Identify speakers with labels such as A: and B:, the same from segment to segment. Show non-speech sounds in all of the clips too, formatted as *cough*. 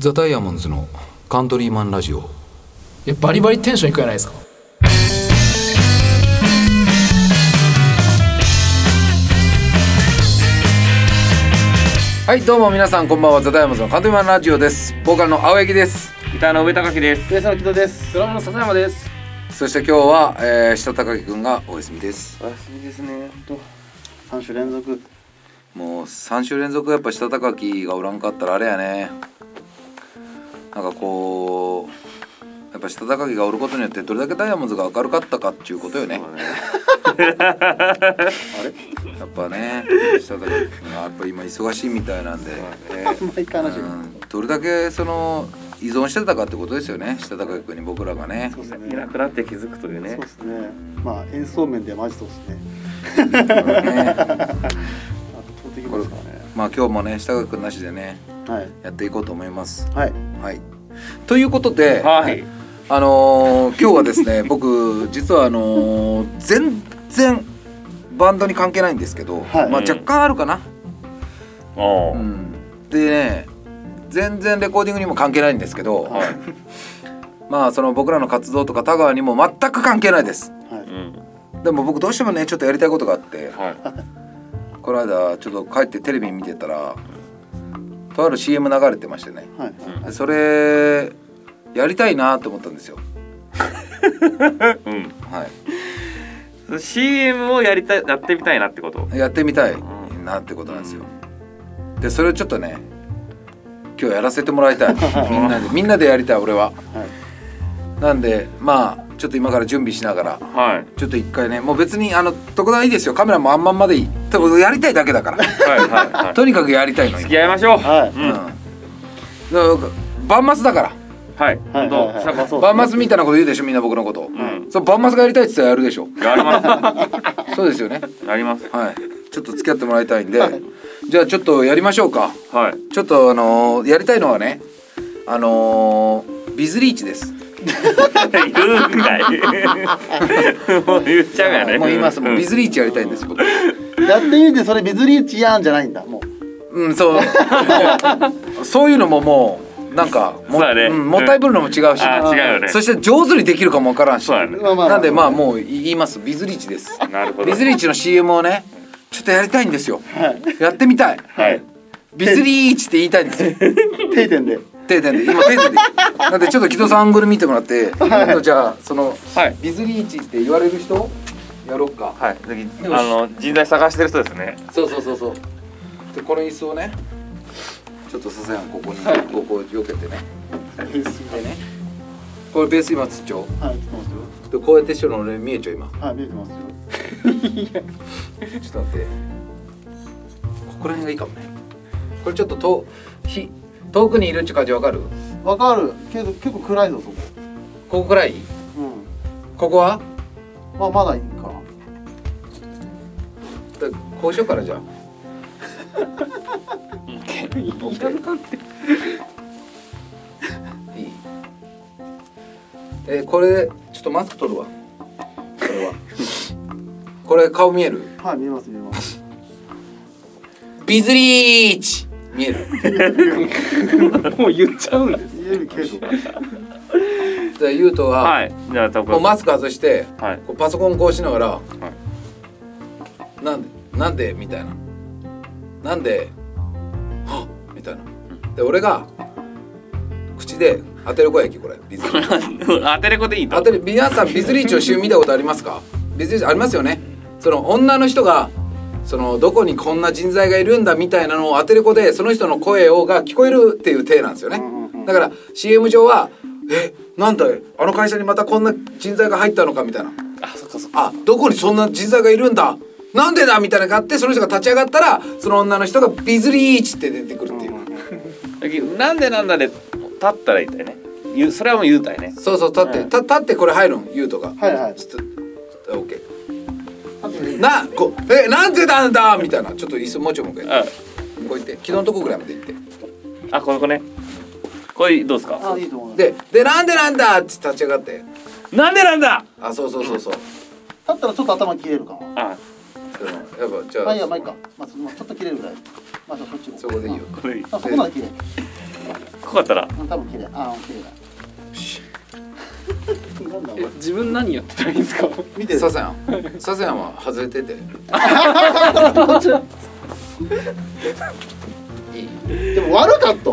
A: ザ・ダイヤモンズのカントリーマンラジオ
B: いやバリバリテンションいくじゃないですか
A: はいどうも皆さんこんばんはザ・ダイヤモンズのカントリーマンラジオですボーカルの青柳です
C: ギターの上高木です。
D: 上様木戸です。
B: ドラムの笹山です
A: そして今日は、えー、下高木くんがお休みです
C: お休みですね。本
D: 三週連続。
A: もう3週連続やっぱ下高木がおらんかったらあれやねなんかこうやっぱ下高木がおることによってどれだけダイヤモンズが明るかったかっていうことよね
D: そうだねあれ、
A: やっぱね下高木くんがやっぱ今忙しいみたいなんで、
D: 毎回話
A: う
D: が。
A: ん、どれだけその依存してたかってことですよね下高木くんに僕らがね
D: そうです
C: 当いな
D: ね。
C: くなって気づくとい
D: そう
C: うね。
D: ですね。まあ演奏面ではマジそうですね。
A: ね
D: 圧倒的ですからね。
A: まあ今日もね下書きなしでね
D: はい
A: やっていこうと思います。
D: はい
A: はい。ということで、
C: はい。
A: あのー今日はです
D: *laughs*
A: ね僕実はあのー全然バンドに関係ないんですけど、
D: はい
A: まあ若干あるかな。
C: お
A: う
C: ー
A: ん、でね全然レコーディングにも関係ないんですけど、
D: はい
A: まあその僕らの活動とか田川にも全く関係ないです。
D: は
C: う
D: い。
C: ん。
A: でも僕どうしてもねちょっとやりたいことがあって。
C: は
A: この間ちょっと帰ってテレビ見てたらとある CM 流れてましてね
D: はい。
A: でそれやりたいなと思ったんですよ
C: い。うん
A: はい
C: その。CM をやりたいやってみたいなってこと。
A: やってみたいなってことなんですよでそれをちょっとね今日やらせてもらい
C: *laughs*
A: たいみんなでみんなでやりたい俺は
D: はい。
A: なんでまあちょっと今から準備しながら
C: はい。
A: ちょっと一回ねもう別にあの特段いいですよカメラもあんまんまでいいでもやりたいだけだから
C: はいはいはい。
A: とにかくやりたいのに
C: 付き合いましょう。
D: はい
C: うん。
A: うんだからバンマスだから
C: はい。
D: はい
C: 本
D: はいはい
C: 当。
D: まあそう
A: バンマスみたいなこと言うでしょみんな僕のこと、
C: ん
A: そうバンマスがやりたいって言ったらやるでし
C: *laughs*
A: ょ
C: やりま
A: そうですよね
C: す。やります。
A: はいちょっと付き合ってもらいたいんでじゃあちょっとやりましょうか
C: はい。
A: ちょっとあのーやりたいのはねあのービズリーチです
C: 言うんかい。もう言っちゃうやね。
A: もう言いますもうビ
C: ズ。
A: ズリーチやりたいんです僕
D: やってみてそれビズリーチやんじゃないんだ。もう。
A: うんそう *laughs* もうそういうのももうなんかも,、
C: そうだね
A: ん、もったいぶるのも違うし、
C: あー、違うよね。
A: そして上手にできるかもわからんし
C: そうだね。
D: まあまあ。
A: なんでまあもう言いますビズリーチです
C: なるほど。
A: ビズリーチの CM をねちょっとやりたいんですよ
D: はい。
A: やってみたい
C: はい。
A: ビズリーチって言いたいんですよ *laughs*
D: 定点で。
A: 定点で今定点でなんでちょっと木戸さんアングル見てもらって今度じゃあその
C: はい。
A: ビズリーチって言われる人やろっか
C: はい。次あの人材探してる人ですね。
A: そうそうそうそうでこの椅子をねちょっと笹山ここにここを避けてねでねこれベース今つっちょ
D: はい。来てますよ。
A: でこうやってしてるの俺見えちゃう今
D: はい見えてますよ。
A: ちょっと待ってここら辺がいいかもねこれちょっととひ遠くにいるっちゅう感じわかる
D: わかるけど結構暗いぞそこ。
A: ここくらい
D: うん。
A: ここは
D: まあまだいいか。
A: だこうしようからじゃあいいえーこれちょっとマスク取るわこれはこれ顔見える
D: はい見えます見えます。
A: ビズリーチ見える
C: *laughs* もう言っちゃうんで
D: 見えるけど。
A: じゃあゆうとは、
C: はい。じゃあ多
A: もう
C: 分。
A: マスク外して
C: はい。 *laughs*
A: こうパソコンこうしながら、なんでなんでみたいななんではっみたいなで俺が口で当てる声やきこれビ *laughs* ズリーチ
C: 当てれこでいいと。
A: 当てる皆さんビズリーチを週見たことありますかビズリーチありますよねその女の人がそのどこにこんな人材がいるんだみたいなのを当てる子でその人の声をが聞こえるっていう体なんですよねだから CM 上はえなんだあの会社にまたこんな人材が入ったのかみたいな
C: あ、そっかそっか。
A: あどこにそんな人材がいるんだなんでだみたいなのがあってその人が立ち上がったらその女の人がビズリーチって出てくるっていう
C: なんでなんだで立ったらいいんだよね言うそれはもう言うたいね
A: そうそう立ってた立ってこれ入るん言うとか
D: はいはい。
A: ちょっと OK
D: あとね
A: なこうえなんでなんだみたいなちょっと椅子もうちょいもう一回
C: あ
A: こう言って昨日のとこぐらいまで行って
C: あこの子ねこれどうですか
D: あいいと思います。
A: ででなんでなんだって立ち上がって
C: なんでなんだ
A: あそうそうそうそう
D: だったらちょっと頭切れるかも。
C: あ
A: そのやっぱじゃあ
D: まあいいや、まあいいか。まあ、そのちょっと切れるぐらい。まあ、じゃあそっちも。
A: そこでいいよ
C: これ
D: あ、そこまで切れる。
C: 濃かったら
D: 多分綺麗あー綺麗だなんだお
E: え
D: 前
E: 自分何やってたらいいんですか
D: *laughs* 見てる
A: ササヤンササヤンは外れてていい
D: でも悪かった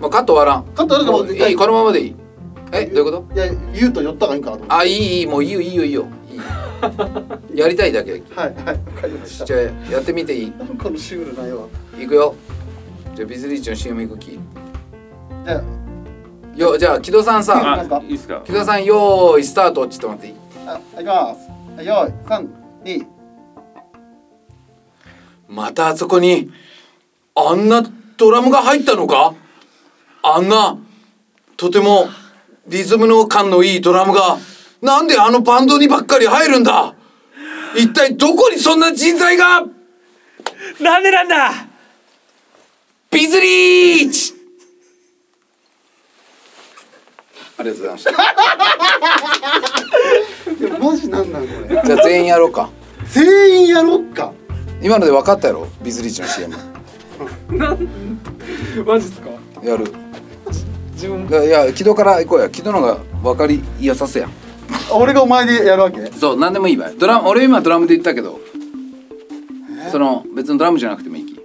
A: まあカット割らん
D: カット割らんか
A: も
D: ら
A: ういいこのままでいいえどういうこと
D: いや言うと寄った方がいいんかなと思っ
A: あいいいいもういいよいいよいいよいいよやりたいだけ
D: てはいはいわかりまし
A: じゃあやってみていい
D: たこのシュールな絵は
A: 行くよじゃあビズリーチの CM 行く気
D: じゃあ
A: よじゃあ木戸さん
D: いい
A: さ
D: ですか
C: いいですか
A: 木戸さんよーいスタートちょっと待っていい
D: あ行きますよい三二
A: またあそこにあんなドラムが入ったのかあんなとてもリズムの感のいいドラムがなんであのバンドにばっかり入るんだ一体どこにそんな人材が
C: なんでなんだ
A: ビズリーチありがとうございました
D: いやマジなんなんこれ
A: じゃあ全員やろうか
D: 全員やろっか
A: 今ので分かったやろビズリーチの CM
E: *laughs* マジっすか
A: やる
E: 自分
A: いやいや木戸から行こうや木戸のが分かりやさせやん
D: 俺がお前でやるわけ *laughs*
A: そう何でもいいわドラム俺今ドラムで言ったけどその別のドラムじゃなくてもいいき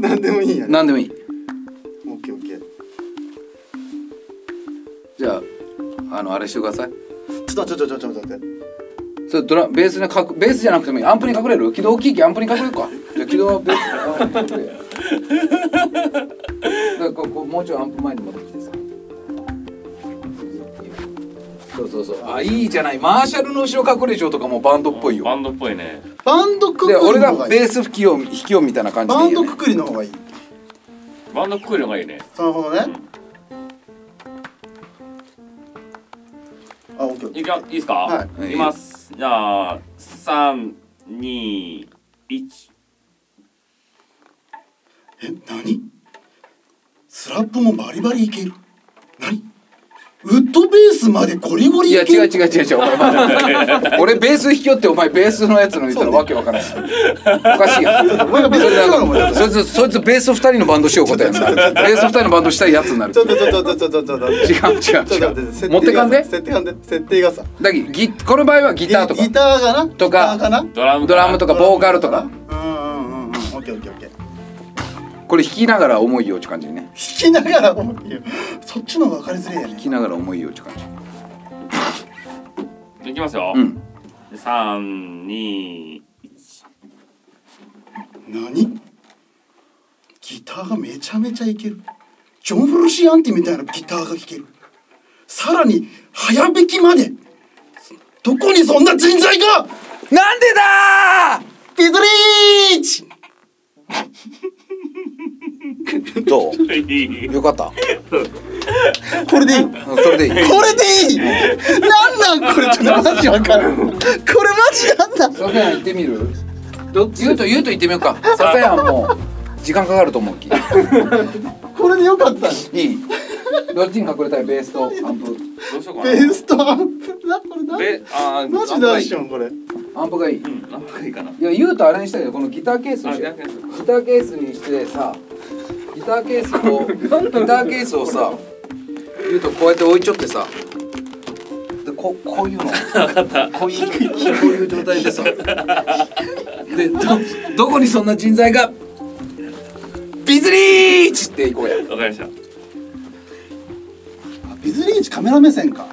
D: 何でもいいんやね
A: 何でもいい
D: オッケーオッケーち
A: じゃああのあれしてください
D: ょっとちょっとちょっとちょっと待って
A: それドラベースにかくベースじゃなくてもいいアンプに隠れる軌道大きいきアンプに隠れるかじゃあ軌道はベースに隠れるだからこうこうもうちょいアンプ前に持ってきてさそうそうそうあいいじゃないマーシャルの後ろ隠れ状とかもバンドっぽいよ
C: バンドっぽいね
D: バンドくくり
A: で
D: の
A: 俺
D: 方
A: が
D: がいい
A: ベース吹きを弾きをみたいな感じで
D: バ
A: いい
D: ン
A: よ、
D: ド
A: ね
D: く、くりの方がいい
C: バンドっぽいのがいいね
D: なるほどねあオッケーオッケ
C: い
D: ー
C: くよいいですか、
D: はい
C: きますじゃあ321
D: え何スラップもバリバリいける何ウッドベースまでゴリゴリ
A: いや
D: いけ
A: 違う
D: る
A: 違う違う違う俺ま俺ベース弾きよってお前ベースのやつの言ったらわけわからんしおかしいやん
D: お前がベース弾きようのお前
A: そいつそいつベース二人のバンドしようことやんなベース二人のバンドしたいやつになる
D: ちょっとちょっとちょっとちょっと
A: 違う違
D: ちょ
A: う違う
D: っと待って設
A: 持って
D: 定
A: かん
D: が
A: で
D: 設定がね設定がさ
A: だきギこの場合はギターとか
D: ギターがな
A: とか
D: ギターな
C: ドラム
A: ドラムとかボーカルとか
D: うんうんうんうんオッケーオッケーオッケー弾
A: これ弾きながら重いよって感じね
D: きながら思いよそっちの方が分かりづらいよね
A: 弾きながら重いよって感じ
C: いきますよ、
A: うん
C: 321
A: *laughs*
D: 何ギターがめちゃめちゃいけるジョン・フルシアンティみたいなギターが弾けるさらに早弾きまでどこにそんな人材が
A: なんでだ
D: ビズリーチ
A: ーどうよかった
D: これでいい
A: うんそれでいい
D: これでいいなんなんこれちょっとマジわかるこれマジなんだ
A: ササヤン行ってみるゆうとゆうと行ってみようかササヤンも時間かかると思うき
D: これでよかった
A: い
D: *laughs*
A: いどっちに隠れたいベースとアンプ
C: どうしようか
D: ベ
C: な
D: ースとアンプなこれな
C: ベあー
D: マジダッションこれ
A: アンプがいい
C: うんなんかいいかない
A: やゆうとあれにしたいよこのギターケースに
C: あ
A: し
C: ギ
A: よ
C: タ
A: う
C: ーケー
A: ギターケースにしてさギターケースを
C: *laughs*
A: ギターケースをさゆうとこうやって置いちょってさでここういうのこういうこういう状態でさでどどこにそんな人材がビズリーチっていこうや
C: スわかりました
D: あビズリーチカメラ目線か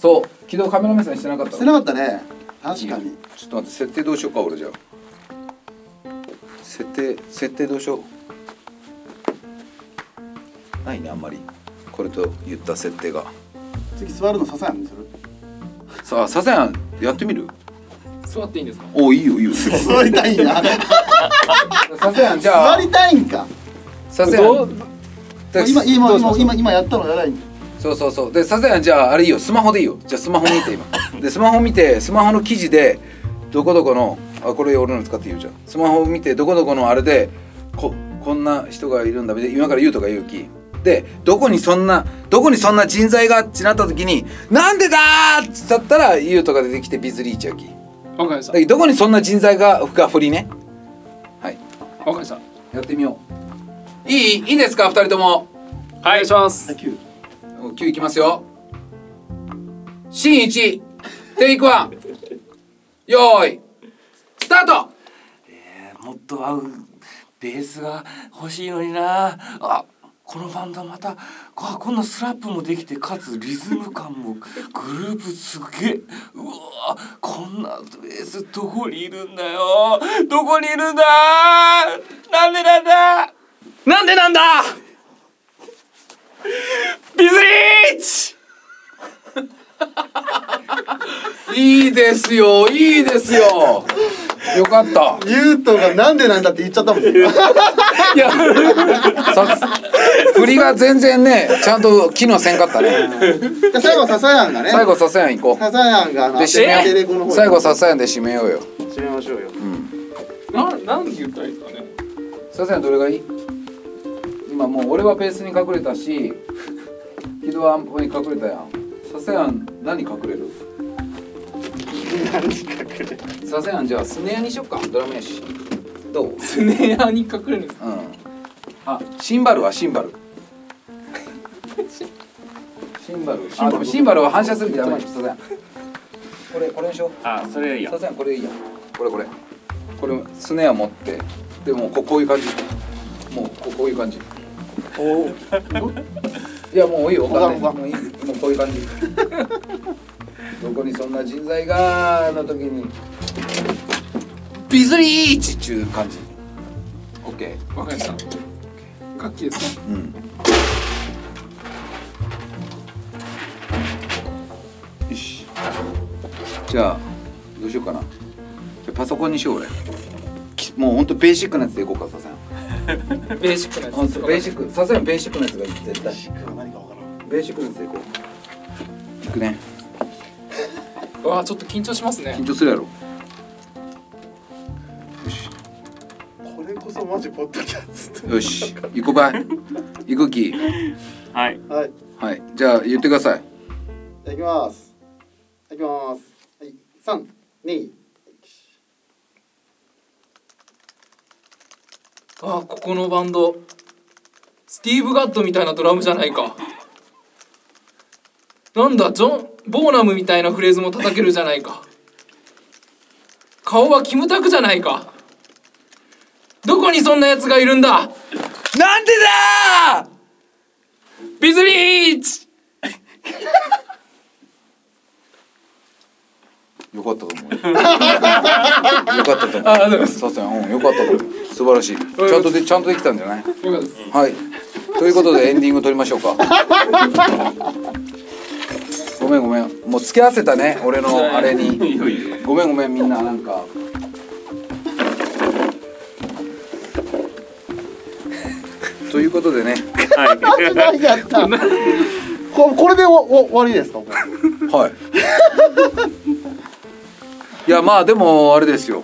A: そう昨日カメラ目線してなかった
D: してなかったね確かに
A: ちょっと待って設定どうしようか俺じゃあ設定設定どうしようないねあんまりこれと言った設定が
D: 次座るの笹山にする
A: さあササヤンやってみる
E: 座っていいんですか
A: おいいよいいよ
D: 座りたいんや
A: ササヤンじゃ
D: 座
A: あ
D: りたいんか
A: ササヤ
E: どう
A: ンで
D: 今今
A: どうしま
D: 今
A: す
D: 今今やったのやらないんだ
A: そうそうそうでササヤンじゃああれいいよスマホでいいよじゃあスマホ見て
E: *laughs*
A: 今でスマホ見てスマホの記事でどこどこのあこれ俺の使っていいよじゃあスマホ見てどこどこのあれでここんな人がいるんだで今から言うとか言うきでどこにそんなどこにそんな人材がってなった時に「なんでだ!」っつったら言うとか出てきてビズリーチやきだ
E: わかりました
A: けどどこにそんな人材がが振りねはい
E: わかりました
A: やってみよういいいいですか二人とも
E: お願いします。
A: 9いきますよシーン1テイクワンよーいスタート
F: もっと合うベースが欲しいのになあこのバンドはまたあこんなスラップもできてかつリズム感もグループすげえうわこんなベースどこにいるんだよどこにいるんだなんでなんだ
C: なんでなんだビズリーチ
A: いいですよいいですよよかった
D: ゆうとがなんでなんだって言っちゃったもん。い
A: さ振りが全然ねちゃんと機能せんかったね
D: や最後はササヤンがね。
A: 最後ささやん行こ
D: ササヤンがあの
A: うで締
D: テ
A: め
D: レコ
A: よ
D: の
A: う
D: 方。
A: 最後ささやんで締めようよ
D: 締めましょうよ。
E: なんなんて言ったらいいですかね。
A: ささやんどれがいい今もう俺はベースに隠れた *laughs* し木戸はアンプに隠れたやんささやん何隠れる何隠れるささやんじゃあスネアにしよっかドラムやしどう
E: スネアに隠れるんですか。
A: うん。あ、シンバルはシンバ *laughs* ル。シンバル。あ、でもシンバルは反射するんじゃダメです。さすがにこれ、これにしよう。
C: あそれいいや
A: さすがにこれいいや。これ、これ。これ、スネア持って。でも、ここういう感じ。もう、ここういう感じ。いや、もういいよ。
D: わかる
A: もういい。もうこういう感じ。どこにそんな人材がの時に。ビズリーチっちゅう感じ。オッケー。
E: わかりました。楽器ですか。
A: うん。よし。じゃあどうしようかな。じゃあパソコンにしよう俺。きもう本当ベーシックなやつでいこうかささん。
E: ベーシックなや
A: 本
E: つ。
A: 当ベーシック。ささんベーシックなやつがいい絶対。
D: 何かわからん。
A: ベーシックなやつでいこう。いくね。
E: うわあちょっと緊張しますね
A: 緊。張するやろ。
D: これこそマジポッドキャス
A: よし。行こばい。行くき。
C: はい
D: ト。はい。
A: はい。じゃあ言ってください。
D: じゃあ行きます。行きます。はい。三、二。
E: ああここのバンド。スティーブ・ガッドみたいなドラムじゃないか。なんだジョン・ボーナムみたいなフレーズも叩けるじゃないか。顔はキムタクじゃないか。どこにそんな奴がいるんだ
C: なんでだ
E: ビズリーチ
A: よかったと思
E: *laughs*
A: う。よかったと思う。
E: ああ、でも、よ
A: ささん、うん、よかったと思う。素晴らしい。ちゃんとで、ちゃんとできたんじゃない。
E: かったです。
A: はい。ということでエンディング取りましょうか。ごめんごめん。もう付け合わせたね、俺のあ
F: *laughs*
A: れに。ごめんごめんみんななんか。ということでね、
D: 何
A: *laughs*
D: やった。ここれでおお終わりですか。もう
A: はい。いやまあでもあれですよ。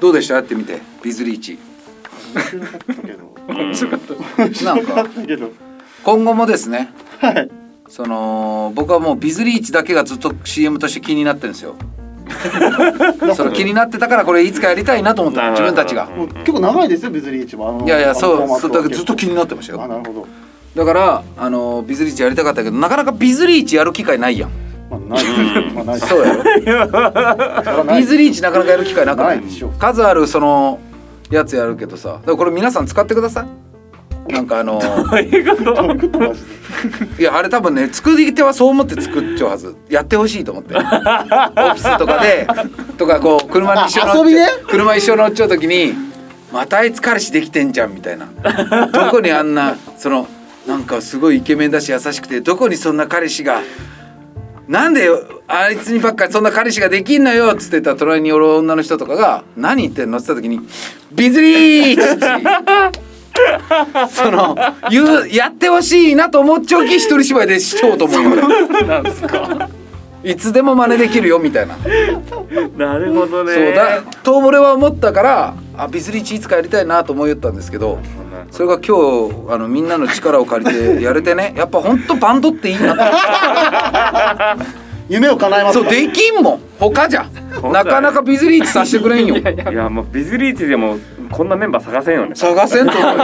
A: どうでしたやってみてビズリーチ。なんか
D: だけど。
A: 今後もですね。
D: はい。
A: その僕はもうビズリーチだけがずっと CM として気になってるんですよその気になってたからこれいつかやりたいなと思った
C: なる
A: 自
C: ほど
A: 分たちが
D: もう結構長いですよ、別に一番。あの
A: いやいや
D: あ
A: そ
D: のフォーマ
A: う
D: ッ
A: そ
D: ト
A: う
D: は
A: だからずっと気になってました
D: あ、
A: よ
D: なるほど。
A: だからあのビズリーチやりたかったけどなかなかビズリーチやる機会ないやん
D: まあ、
A: *laughs*
D: ない。まあ、ない。
A: そうやろビズリーチなかなかやる機会なくない
D: ないでしょ
A: 数あるそのやつやるけどさだからこれ皆さん使ってくださいなんかあの
D: マジで
A: いやあれ多分ね作り手はそう思って作っちゃうはずやってほしいと思って
D: *laughs*
A: オフィスとかでとかこう車に一緒に乗っ
D: あ遊びね
A: 車一緒に乗っちゃう時に「またあいつ彼氏できてんじゃん」みたいなどこにあんなそのなんかすごいイケメンだし優しくてどこにそんな彼氏がなんであいつにばっかりそんな彼氏ができんのよっつってた隣におる女の人とかが「何言ってんの?」っつった時に「ビズリーチ!」その言うやってほしいなと思っちょき一人芝居でしようと思うよ
C: *laughs* なん
F: *laughs*
C: すか
A: 俺いつでも真似できるよみたいな、
C: なるほどね
A: そうだと俺は思ったからあビズリーチいつかやりたいなと思いよったんですけどそれが今日あのみんなの力を借りてやれてねや *laughs* っぱほんとバンドっていいな
D: 夢を叶えま
A: とそう
D: *laughs* すか。
A: できんもん他じゃなかなかビズリーチさせてくれんよ
C: いやもうビズリーチでもこんなメンバー探せんよね
A: 探せんと思うよ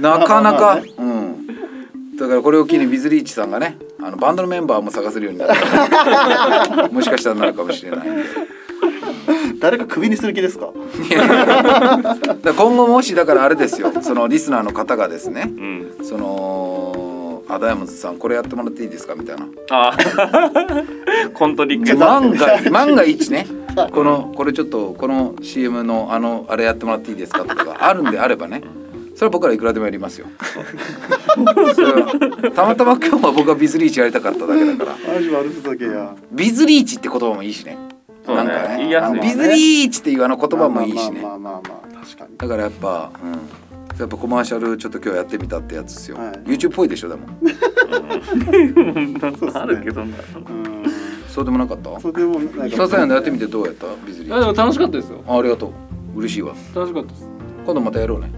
A: なかな
D: まあまあ
A: か、
D: まあね
A: うんだからこれを機にビズリーチさんがねあのバンドのメンバーも探せるようになったらもしかしたらなるかもしれないんで
D: 誰か首にする気ですか
A: だから *laughs* 今後もしだからあれですよそのリスナーの方がですね
C: うん
A: そのあダイヤモンドさんこれやってもらっていいですかみたいな
C: あー *laughs* コントリック
A: 万が万が一ねこのこれちょっとこの CM のあのあれやってもらっていいですかとかがあるんであればねそれは僕らいくらでもやりますよ *laughs* それはたまたま今日は僕はビズリーチやりたかっただけだから
D: マジ悪ふざけや
A: ビズリーチって言葉もいいしね
C: そう
A: なんか
C: だね言い
A: ね
C: や
A: あ
C: すい
A: の
C: よ
A: ビ
C: ね
A: ズリーチっていうあの言葉もいいしね
D: まあまあまあまあまあ確かに
A: だからやっぱ、うん、やっぱコマーシャルちょっと今日やってみたってやつですよ、
D: はい
A: YouTube っぽいでしょでも
D: そうっすね
C: あるけどな
D: うん
A: そうでもなかった
D: それでもなんか
A: サザエのやってみてどうやったビズリ
E: いや
A: ー
E: で
A: チ
E: も楽しかったですよ
A: あありがとう嬉しいわ
E: 楽しかったです
A: 今度またやろうね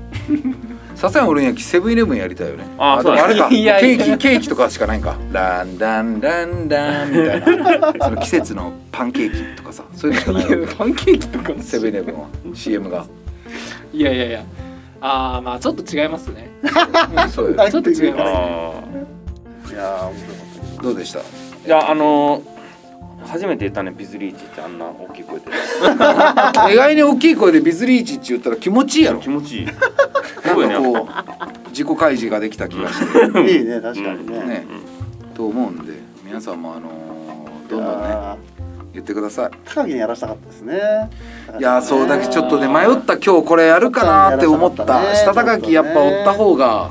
A: サザエ俺にはセブンイレブンやりたいよね
C: あ
A: でも
C: そうだ
A: あれか
C: いやいや
A: ケーキケーキとかしかないんかランダンランダンみたいなその季節のパンケーキとかさそういうのしかないよ
E: パンケーキとか
A: セブンイレブンは CM が
E: いやいやいやああまあちょっと違いますね
A: そうよ
E: ちょっと違います
C: あー
D: いやー面白かった
A: どうでした
C: いやあのー初めて言ったねビズリーチってあんな大きい声で
A: 意外に大きい声でビズリーチって言ったら気持ちいいやろ
C: 気持ちいいすごいね
A: なんかこう自己開示ができた気がして
D: いいね確かにね,、
A: ね、と思うんで皆さんもあのーどんどんね
D: ね
A: 言ってください
D: 高木にやらしたかったですね
A: いやーそうだけちょっとね迷
D: っ
A: った今日これやるかなーって思った
D: や
A: 下
D: らなかっ
A: 高
D: たね
A: きやっぱ追った方が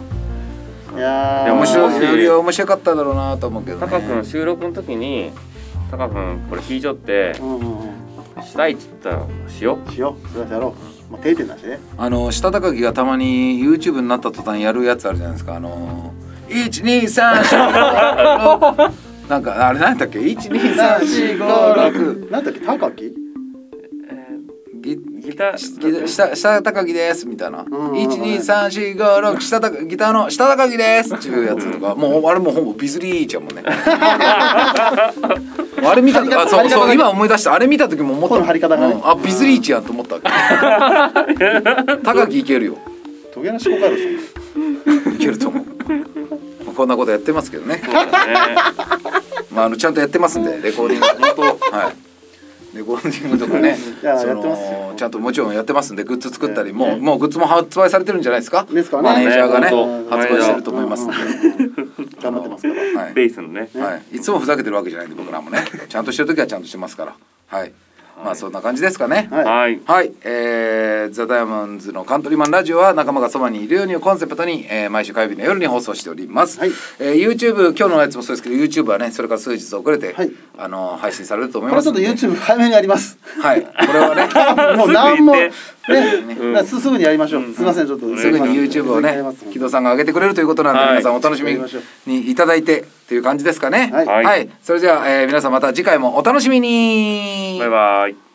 D: いや
C: いや
A: 面
C: 面
A: 白
C: 白
A: い
C: い
A: より面白かっただろうなと思うけど
C: タカ
A: ね
C: 君収録の時にタカ君これ聞いちょって
D: うんうんうん
C: したいっつったらしよ
D: しようそれはやろうまあ定点だしね
A: あの下高きがたまに YouTube になった途端やるやつあるじゃないですかあのー1234なん *laughs* かあれ何だっけ12345
D: *laughs* なんだっけ高木
A: ギ
C: うギ
A: ギタ
C: ター
A: 下下高木ですみたいな
D: うんうん
A: 12345下高ギターの下高木ですっていうやつとかもうあれもうほぼビズリーちゃん
D: *laughs*
A: もんねあれ見た時あそうそう今思い出したあれ見た時も思った
D: この張り方がね
A: うんあビズリーチやんと思った
D: *laughs*
A: 高木いけるよ
D: トゲなしこかる
A: いけると思う
D: *laughs*
A: まあこんなことやってますけどねまああのちゃんとやってますんでレコーディング本当はいレコーディングとかね
D: いや
A: そ
D: やってますよ
A: のちゃんともちろんやってますんでグッズ作ったりも
D: ね
A: うもうグッズも発売されてるんじゃないですか
D: ですからね
A: マネージャーがね
C: ね
A: 発売してると思いますんで
D: 頑張ってますから
A: はい
C: ベースのね
A: はい、いつもふざけてるわけじゃないんで僕らもねちゃんとしてる時はちゃんとしてますからはいまあそんな感じですかね
D: はい
C: はい
A: はい、えー、ザ・ダイヤモンズのカントリーマンラジオは仲間がそばにいるようにをコンセプトに、えー毎週火曜日の夜に放送しております、
D: はい
A: えー YouTube 今日のやつもそうですけど YouTube はねそれから数日遅れて、
D: はい
A: あのー配信されると思い
D: こ
A: ま
D: れち
A: す
D: ょっ
A: ん
D: と
A: で
D: YouTube 早めにやり *laughs* ます
A: はいこれは
D: *laughs*
A: ね
D: もう何も
C: すぐ行
D: ね
C: っ
D: だからすぐにやりましょうすいませんちょっと
A: すぐに YouTube をね木戸さんが上げてくれるということなんで、
C: はい
A: 皆さんお楽しみにいただいてという感じですかね
D: はい
A: それじゃあ、えー皆さんまた次回もお楽しみに
C: バイバイ